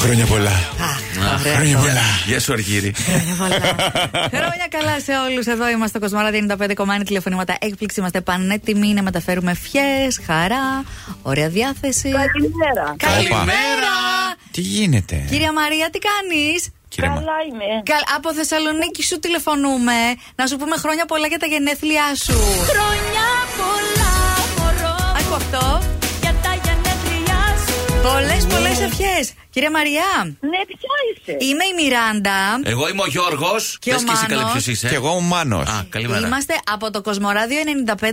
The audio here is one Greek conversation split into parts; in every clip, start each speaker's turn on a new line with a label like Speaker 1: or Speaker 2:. Speaker 1: Χρόνια πολλά.
Speaker 2: Αχ, ωραία.
Speaker 1: Χρόνια πολλά.
Speaker 3: Γεια σου, Αργύρι.
Speaker 2: Χρόνια πολλά. Χρόνια καλά σε όλους. Εδώ είμαστε στο Κοσμοράδι 95,1 τηλεφωνήματα. Έκπληξη είμαστε πανέτοιμοι να μεταφέρουμε φιέ, χαρά, ωραία διάθεση.
Speaker 4: Καλημέρα.
Speaker 2: Καλημέρα!
Speaker 1: Τι γίνεται.
Speaker 2: Κυρία Μαρία, τι κάνεις.
Speaker 1: Κύριε Μα-
Speaker 4: Καλά είμαι.
Speaker 2: Από Θεσσαλονίκη σου τηλεφωνούμε να σου πούμε χρόνια πολλά για τα γενέθλιά σου.
Speaker 5: Χρόνια πολλά, μωρό
Speaker 2: Ακού αυτό.
Speaker 5: για τα γενέθλιά σου.
Speaker 2: Πολλές, πολλές ευχές. Κυρία Μαρία,
Speaker 4: Ναι, ποια είσαι.
Speaker 2: είμαι η Μιράντα.
Speaker 3: Εγώ είμαι ο Γιώργος.
Speaker 2: Και ο
Speaker 3: Πες και εσύ
Speaker 2: Μάνος.
Speaker 3: καλά ποιος είσαι.
Speaker 1: Και εγώ ο Μάνος.
Speaker 3: ε?
Speaker 2: Ε,
Speaker 3: Α, καλημέρα.
Speaker 2: Είμαστε από το Κοσμοράδιο 95,1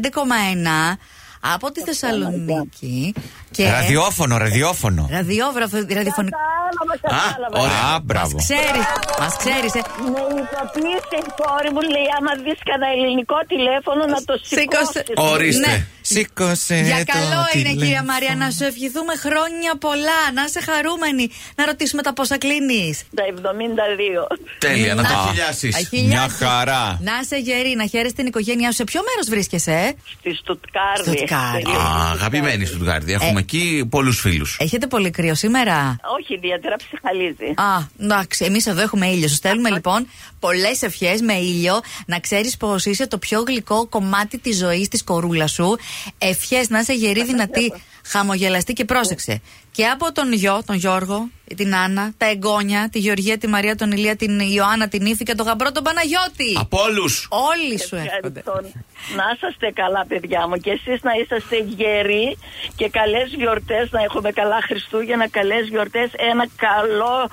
Speaker 2: από τη Θεσσαλονίκη. Και...
Speaker 1: Ραδιόφωνο, ραδιόφωνο.
Speaker 2: Ραδιόγραφο, ραδιοφωνικό.
Speaker 4: Κατάλαβα, κατάλαβα.
Speaker 3: ωραία.
Speaker 1: Α, μπράβο.
Speaker 2: Ξέρεις, μας ξέρεις. Ε.
Speaker 4: Με ειδοποίησε η κόρη μου, λέει, άμα δεις κανένα ελληνικό τηλέφωνο να το σηκώσεις.
Speaker 3: Ορίστε.
Speaker 2: Ναι.
Speaker 1: Σήκωσε.
Speaker 2: Για
Speaker 1: Ε, το
Speaker 2: καλό είναι,
Speaker 1: τηλέφωνο.
Speaker 2: κυρία Μαρία, να σου ευχηθούμε χρόνια πολλά. Να είσαι χαρούμενη. Να ρωτήσουμε τα πόσα κλείνεις.
Speaker 4: Τα 72.
Speaker 3: Τέλεια, να τα
Speaker 1: Α.
Speaker 3: χιλιάσεις.
Speaker 1: Μια χαρά.
Speaker 2: Να είσαι γερή, να χαίρεσαι την οικογένειά σου. Σε ποιο μέρος βρίσκεσαι, ε?
Speaker 4: Στη Στουτκάρδη.
Speaker 2: Στουτκάρδη.
Speaker 4: Τελείως.
Speaker 3: Αγαπημένη του Γκάρδη.
Speaker 2: Ε.
Speaker 3: Έχουμε εκεί πολλούς φίλους.
Speaker 2: Έχετε πολύ κρύο σήμερα.
Speaker 4: Όχι ιδιαίτερα ψυχαλίζει.
Speaker 2: Α, εντάξει. Εμείς εδώ έχουμε ήλιο. Σου στέλνουμε λοιπόν πολλές ευχές με ήλιο. Να ξέρεις πως είσαι το πιο γλυκό κομμάτι της ζωής της κορούλας σου. Ευχές να είσαι γερή, δυνατή, χαμογελαστή και πρόσεξε. Και από τον γιο, τον Γιώργο, την Άννα, τα εγγόνια, τη Γεωργία, τη Μαρία, τον Ηλία, την Ιωάννα, την Ήφη και τον γαμπρό, τον Παναγιώτη.
Speaker 3: Από όλους.
Speaker 2: Όλοι σου έρχονται.
Speaker 4: Ευχαριστώ. Να είσαστε καλά, παιδιά μου, και εσείς να είσαστε γεροί και καλές γιορτές να έχουμε καλά Χριστούγεννα, καλές γιορτές, ένα καλό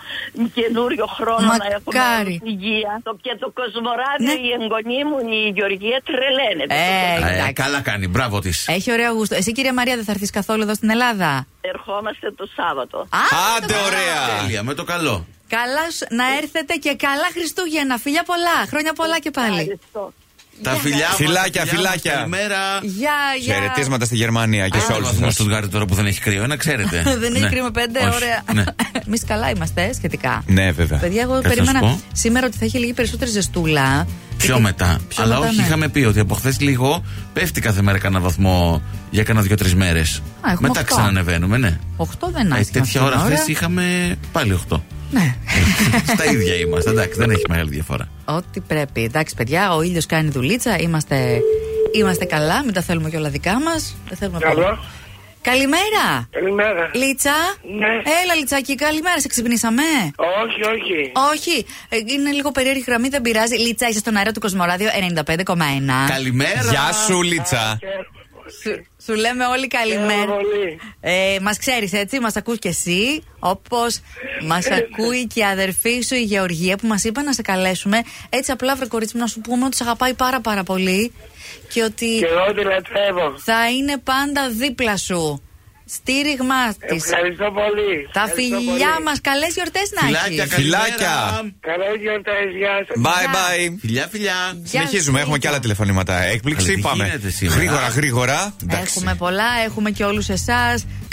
Speaker 4: καινούριο χρόνο να
Speaker 2: Μακάρι.
Speaker 4: έχουμε υγεία. Το, και το Κοσμοράδιο,
Speaker 2: Ναι.
Speaker 4: η εγγονή μου, η Γεωργία τρελαίνεται.
Speaker 2: Ε,
Speaker 3: Ε,
Speaker 2: εντάξει. Ε.
Speaker 3: Καλά κάνει, μπράβο της.
Speaker 2: Έχει ωραίο γούστο. Εσύ, κυρία Μαρία, δεν θα έρθεις καθόλου εδώ στην Ελλάδα.
Speaker 4: Ερχόμαστε το Σάββατο.
Speaker 2: Α,
Speaker 1: Άντε, ωραία.
Speaker 3: Τέλεια, με το καλό.
Speaker 2: Καλά σ- να έρθετε και καλά Χριστούγεννα. Φιλιά πολλά. Χρόνια πολλά και πάλι.
Speaker 4: Ευχαριστώ.
Speaker 3: Τα φιλιά μας,
Speaker 1: Φιλάκια,
Speaker 3: τα μας,
Speaker 1: φιλάκια.
Speaker 3: Καλημέρα.
Speaker 2: Γεια, γεια.
Speaker 1: Χαιρετίσματα στη Γερμανία και σε
Speaker 3: Άλλο
Speaker 1: όλου
Speaker 3: βαθμό
Speaker 1: του.
Speaker 3: του Γκάρδη τώρα που δεν έχει κρύο, να ξέρετε.
Speaker 2: Δεν έχει
Speaker 3: Ναι.
Speaker 2: κρίμα πέντε,
Speaker 3: Όχι,
Speaker 2: ωραία.
Speaker 3: ναι.
Speaker 2: Εμείς καλά είμαστε ε, σχετικά.
Speaker 1: Ναι, βέβαια.
Speaker 2: Παιδιά, εγώ
Speaker 3: Κάτσε να σου
Speaker 2: περίμενα
Speaker 3: πω.
Speaker 2: σήμερα ότι θα έχει λίγη περισσότερη ζεστούλα.
Speaker 3: Πιο
Speaker 2: Γιατί-
Speaker 3: μετά.
Speaker 2: πιο
Speaker 3: Αλλά
Speaker 2: μετά,
Speaker 3: όχι,
Speaker 2: ναι.
Speaker 3: είχαμε πει ότι από χθες λίγο πέφτει κάθε μέρα κανένα βαθμό για κάνα δύο-τρει μέρες.
Speaker 2: Α, έχουμε
Speaker 3: Μετά
Speaker 2: οκτώ.
Speaker 3: ξανανεβαίνουμε, ναι.
Speaker 2: Οχτώ δεν
Speaker 3: Ε,
Speaker 2: άρχισε.
Speaker 3: τέτοια ώρα χθες είχαμε πάλι 8.
Speaker 2: Ναι.
Speaker 3: Στα ίδια είμαστε, εντάξει, δεν έχει μεγάλη διαφορά.
Speaker 2: Ό,τι πρέπει. Εντάξει, παιδιά, ο ήλιος κάνει δουλίτσα. Είμαστε, είμαστε καλά. Μην τα θέλουμε κιόλα δικά μας. Δεν θέλουμε
Speaker 6: Καλό.
Speaker 2: πολλά. Καλημέρα.
Speaker 6: Καλημέρα.
Speaker 2: Λίτσα.
Speaker 6: Ναι.
Speaker 2: Έλα, Λιτσάκι, καλημέρα. Σε ξυπνήσαμε.
Speaker 6: Όχι, όχι.
Speaker 2: Όχι, ε, είναι λίγο περίεργη γραμμή, δεν πειράζει. Λίτσα, είσαι στον αέρα του Κοσμοράδιο 95,1.
Speaker 3: Καλημέρα.
Speaker 1: Γεια σου, Λίτσα.
Speaker 2: Σου, σου λέμε όλοι
Speaker 6: Χαίρομαι
Speaker 2: καλημέρα.
Speaker 6: πολύ.
Speaker 2: Ε, μας ξέρεις έτσι, μας ακούς και εσύ. Όπως μας ακούει και η αδερφή σου, η Γεωργία, που μας είπε να σε καλέσουμε. Έτσι, απλά βρε κορίτσι μου, να σου πούμε ότι σε αγαπάει πάρα πάρα πολύ και ότι
Speaker 6: Και εγώ τη λατρεύω.
Speaker 2: θα είναι πάντα δίπλα σου. Στήριγμά της.
Speaker 6: Ευχαριστώ πολύ.
Speaker 2: Τα
Speaker 6: Ευχαριστώ
Speaker 2: φιλιά
Speaker 6: πολύ.
Speaker 2: μας, καλές γιορτές να
Speaker 3: Φιλάκια,
Speaker 2: έχεις.
Speaker 3: καλημέρα.
Speaker 1: Φιλάκια.
Speaker 6: Καλές γιορτές, γεια σας.
Speaker 1: Bye bye.
Speaker 3: Φιλιά, φιλιά.
Speaker 1: Συνεχίζουμε, έχουμε και άλλα τηλεφωνήματα.
Speaker 3: Καλή,
Speaker 1: Έκπληξη,
Speaker 3: τι
Speaker 1: πάμε.
Speaker 3: γίνεται σήμερα.
Speaker 1: Γρήγορα, γρήγορα. Εντάξει.
Speaker 2: Έχουμε πολλά, έχουμε και όλους εσάς.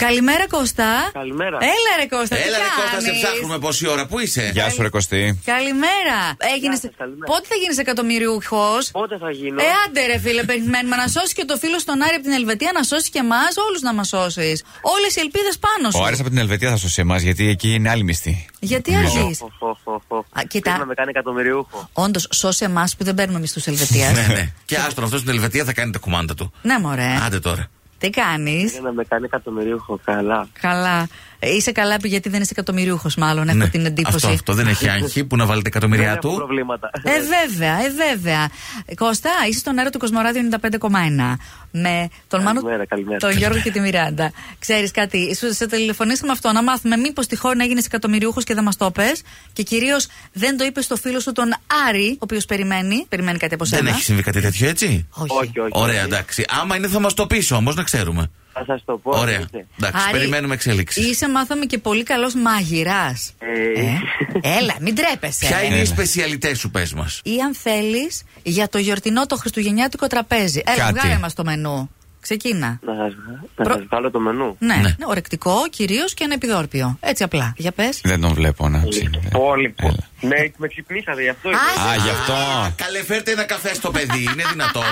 Speaker 2: Καλημέρα, Κώστα.
Speaker 6: Καλημέρα.
Speaker 2: Έλα, ρε Κώστα, τι
Speaker 3: Έλα, ρε Κώστα, σε
Speaker 2: κάνεις?
Speaker 3: ψάχνουμε πόση ώρα. Πού είσαι.
Speaker 1: Γεια σου, ρε Κωστή.
Speaker 2: Καλημέρα. Έγινες...
Speaker 6: σας, καλημέρα.
Speaker 2: Πότε θα γίνεις εκατομμυριούχος.
Speaker 6: Πότε θα γίνω.
Speaker 2: Ε, άντε ρε φίλε, περιμένουμε να σώσεις και το φίλο στον Άρη από την Ελβετία, να σώσει και εμάς, όλους να μας σώσεις. Όλες οι ελπίδες πάνω σου.
Speaker 1: Ο Άρης από την Ελβετία θα σώσει εμάς γιατί εκεί είναι άλλη μισθή.
Speaker 3: Ναι.
Speaker 2: Γιατί αργεί.
Speaker 6: Φο, φο, φο, φο.
Speaker 2: Α, κοίτα.
Speaker 6: Θέλει Να με κάνει εκατομμυριούχο.
Speaker 2: Όντως, σώσε εμάς που δεν παίρνουμε μισθού
Speaker 3: Ναι,
Speaker 2: Ελβετίας.
Speaker 3: ναι. Και άστον αυτός στην Ελβετία θα κάνει τα κουμάντα του.
Speaker 2: ναι, μωρέ.
Speaker 3: Άντε τώρα.
Speaker 2: Τι κάνεις.
Speaker 6: Θέλει να με κάνει εκατομμυριούχο. Καλά.
Speaker 2: Καλά. Ε, Είσαι καλά γιατί δεν είσαι εκατομμυριούχος, μάλλον. Έχω
Speaker 3: Ναι.
Speaker 2: την εντύπωση.
Speaker 3: Αυτό, αυτό δεν έχει άγχη που να βάλετε εκατομμυριά
Speaker 6: Δεν έχω
Speaker 3: του.
Speaker 6: προβλήματα.
Speaker 2: Ε, βέβαια, ε, βέβαια. Κώστα, είσαι στον αέρα του Κοσμοράδιο 95,1. Με τον Μάνο,
Speaker 6: Καλημέρα, καλημέρα.
Speaker 2: τον Γιώργο και τη Μιράντα. Ξέρεις κάτι, σου σε τηλεφωνήσαμε αυτό να μάθουμε μήπως τυχόν έγινες εκατομμυριούχος και δεν μας το πες Και κυρίως δεν το είπες στο φίλο σου τον Άρη, ο οποίος περιμένει. Περιμένει κάτι από σένα.
Speaker 3: Δεν έχει συμβεί κάτι τέτοιο, έτσι.
Speaker 2: Όχι.
Speaker 6: Όχι, όχι.
Speaker 3: Ωραία, εντάξει. Άμα είναι θα μας το πεις όμως, να ξέρουμε.
Speaker 6: Θα σας το πω.
Speaker 3: Ωραία.
Speaker 6: ορίστε.
Speaker 3: Εντάξει,
Speaker 2: Άρη,
Speaker 3: περιμένουμε εξέλιξη.
Speaker 2: Είσαι, μάθαμε και πολύ καλός μάγειρας.
Speaker 6: Ε,
Speaker 2: Έλα, μην τρέπεσαι.
Speaker 3: Ποια είναι η
Speaker 1: Έλα.
Speaker 3: σπεσιαλιτές σου, πες μας.
Speaker 2: Ή αν θέλεις, για το γιορτινό το χριστουγεννιάτικο τραπέζι. Έλα,
Speaker 1: Κάτι.
Speaker 2: βγάλε μας το μενού. Ξεκίνα.
Speaker 6: Να σας, να
Speaker 2: Προ-
Speaker 6: σας βάλω το μενού.
Speaker 2: Ναι,
Speaker 3: Ναι.
Speaker 2: ναι, ορεκτικό κυρίως και ένα επιδόρπιο. Έτσι απλά. Για πες.
Speaker 1: Δεν τον βλέπω να
Speaker 3: Ε,
Speaker 1: ψήνει.
Speaker 6: Λοιπόν, λοιπόν.
Speaker 1: Έλα.
Speaker 6: Ναι, με ξυπνήσατε γι' αυτό. είπα.
Speaker 1: Α, γι' αυτό.
Speaker 3: Καλέ, φέρτε ένα καφέ στο παιδί, είναι δυνατόν.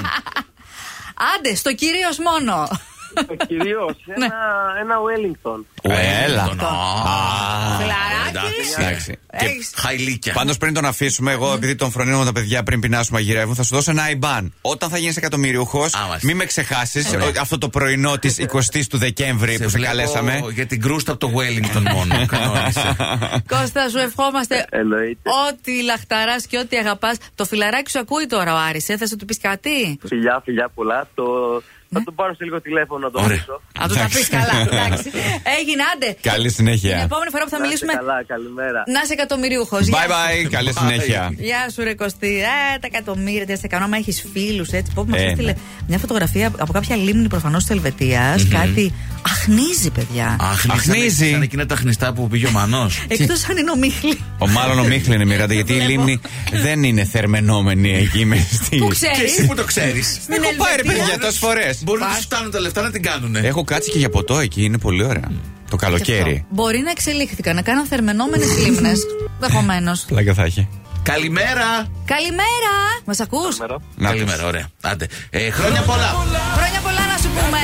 Speaker 2: Άντε, στο κυρίως μόνο. ναι.
Speaker 6: Ο κυρίως, ένα, ένα Wellington.
Speaker 1: Ε, Έλα.
Speaker 3: Τον, α,
Speaker 2: Φιλαράκι.
Speaker 3: Εντάξει.
Speaker 1: Εντάξει.
Speaker 3: Και
Speaker 2: Έχεις.
Speaker 3: χαϊλίκια.
Speaker 1: Πάντως πριν τον αφήσουμε, εγώ επειδή τον φρονίνω τα παιδιά πριν πεινάσουν μαγειρεύουν, θα σου δώσω ένα IBAN. Όταν θα γίνεις εκατομμυριούχος,
Speaker 3: μάλιστα.
Speaker 1: μην με ξεχάσεις
Speaker 3: Ωραία.
Speaker 1: αυτό το πρωινό της 20η του Δεκέμβρη που σε
Speaker 3: βλέπω
Speaker 1: καλέσαμε.
Speaker 3: Για την κρούστα από το Wellington μόνο. Κανόνισε.
Speaker 2: Κώστα, σου ευχόμαστε
Speaker 6: Ε, Εννοείται.
Speaker 2: ό,τι λαχταράς και ό,τι αγαπάς. Το φιλαράκι σου ακούει τώρα ο Άρης, ε, θα σου του πεις κάτι.
Speaker 6: Φιλιά, φιλιά πολλά. Το...
Speaker 2: Ναι.
Speaker 6: Θα τον πάρω σε λίγο τηλέφωνο να το
Speaker 3: Ωραία.
Speaker 6: ρωτήσω.
Speaker 2: Αν του τα πει
Speaker 1: Εντάξει.
Speaker 2: καλά, εντάξει. Έγινε, άντε.
Speaker 1: Καλή συνέχεια.
Speaker 2: Την επόμενη φορά που θα
Speaker 6: Να είστε
Speaker 2: μιλήσουμε,
Speaker 6: καλά, καλημέρα.
Speaker 2: να είσαι εκατομμυρίουχο.
Speaker 1: Bye bye, καλή
Speaker 3: Bye.
Speaker 1: συνέχεια.
Speaker 2: Γεια σου, ρε Κωστή. Ε, τα εκατομμύρια, τι θα σε κάνω. Άμα έχεις φίλους, έτσι. Πώ μας
Speaker 1: Ε,
Speaker 2: έστειλε
Speaker 1: ναι.
Speaker 2: μια φωτογραφία από κάποια λίμνη προφανώς της ελβετια Κάτι αχνίζει, παιδιά.
Speaker 1: Αχνίζει.
Speaker 3: Σαν εκείνα τα χνηστά που πήγε ο Μανός.
Speaker 2: Εκτός αν είναι ομίχλη.
Speaker 1: Ο μάλλον ο Μίχλη είναι μοιράτα, γιατί η
Speaker 2: Βλέπω.
Speaker 1: λίμνη δεν είναι θερμενόμενη εκεί με στη.
Speaker 2: Πού ξέρεις.
Speaker 3: Και εσύ που το ξέρεις.
Speaker 2: Στην
Speaker 1: Έχω πάει ρε
Speaker 2: Ελβετία.
Speaker 1: παιδιά τόσε φορέ.
Speaker 3: Μπορεί να τους φτάνουν τα λεφτά να την κάνουν.
Speaker 1: Έχω κάτσει και για ποτό εκεί, είναι πολύ ωραία. Το καλοκαίρι.
Speaker 2: Μπορεί να εξελίχθηκαν, να κάναν θερμενόμενες λίμνες. Ενδεχομένω.
Speaker 1: Πλάκα θα έχει.
Speaker 3: Καλημέρα.
Speaker 2: Καλημέρα! Μας ακούς?
Speaker 1: Να το.
Speaker 3: Καλημέρα, ωραία. Άντε. Ε, χρόνια πολλά.
Speaker 2: Χρόνια πολλά να σου πούμε.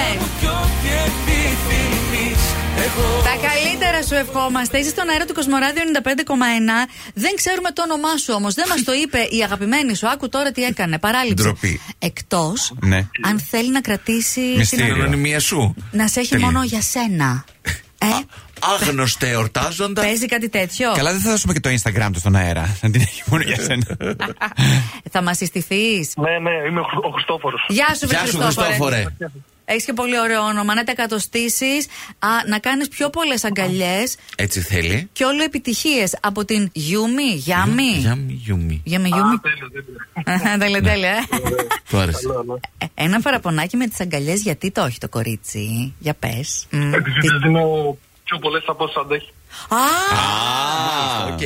Speaker 2: Τα καλύτερα σου ευχόμαστε. Είσαι στον αέρα του Κοσμοράδιο 95,1. Δεν ξέρουμε το όνομά σου όμως. Δεν μας το είπε η αγαπημένη σου. Άκου τώρα τι έκανε. Παράληψη.
Speaker 3: Ντροπή.
Speaker 2: Εκτός
Speaker 1: Ναι.
Speaker 2: αν θέλει να κρατήσει.
Speaker 1: Μυστήριο.
Speaker 3: Την ανωνυμία σου.
Speaker 2: Να σε έχει
Speaker 3: Τελεία.
Speaker 2: μόνο για σένα. Ε,
Speaker 3: Άγνωστε εορτάζοντας.
Speaker 2: παίζει κάτι τέτοιο.
Speaker 1: Καλά, δεν θα δώσουμε και το Instagram του στον αέρα. Να την έχει μόνο για σένα.
Speaker 2: Θα μας συστηθείς.
Speaker 6: Ναι, ναι, είμαι ο Χριστόφορος.
Speaker 2: Γεια σου,
Speaker 3: Γεια σου, Χριστόφορε.
Speaker 2: Έχεις και πολύ ωραίο όνομα. Να τα εκατοστήσεις, να κάνεις πιο πολλές αγκαλιές
Speaker 3: Έτσι θέλει.
Speaker 2: και όλο επιτυχίες από την Γιούμι, Γιάμι.
Speaker 3: Γιάμι, γιούμι.
Speaker 2: Γιάμι, Γιούμι. Αχα, Τέλεια, τέλεια. ε.
Speaker 3: Του άρεσε.
Speaker 2: Ε, Ένα παραπονάκι με τις αγκαλιές, γιατί το έχει το κορίτσι. Για πες.
Speaker 6: Επειδή τη δίνω πιο πολλές από όσε αντέχει.
Speaker 3: Α, οκ.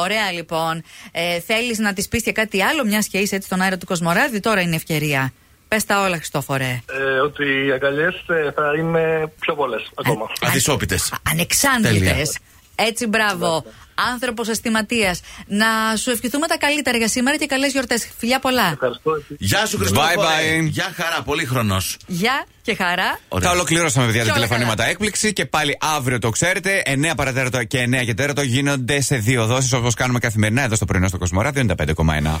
Speaker 2: Ωραία, λοιπόν. Ε, Θέλεις να της πεις και κάτι άλλο, μιας και είσαι έτσι στον αέρα του Κοσμοράδη, τώρα είναι η ευκαιρία. Πες τα όλα, Χριστόφορε.
Speaker 6: Ε, ότι οι αγκαλιές θα είναι πιο πολλές
Speaker 3: Ε,
Speaker 6: ακόμα.
Speaker 3: Αδυσόπιτε.
Speaker 2: Ανεξάντλητες.
Speaker 3: Τέλεια.
Speaker 2: Έτσι, μπράβο. Άνθρωπος αισθηματίας. Να σου ευχηθούμε τα καλύτερα για σήμερα και καλές γιορτές. Φιλιά πολλά.
Speaker 6: Ευχαριστώ.
Speaker 3: Γεια σου, Χριστόφορε.
Speaker 1: Bye, bye.
Speaker 3: Γεια χαρά, πολύ χρονό.
Speaker 2: Γεια και χαρά.
Speaker 1: Τα ολοκληρώσαμε, παιδιά, τα
Speaker 2: Και όλα
Speaker 1: τηλεφωνήματα
Speaker 2: καλά.
Speaker 1: έκπληξη και πάλι αύριο το ξέρετε. 9 παρατέρατο και 9 και τέρατο γίνονται σε δύο δόσεις όπως κάνουμε καθημερινά εδώ στο πρωινό στο Κοσμοράδιο 95,1.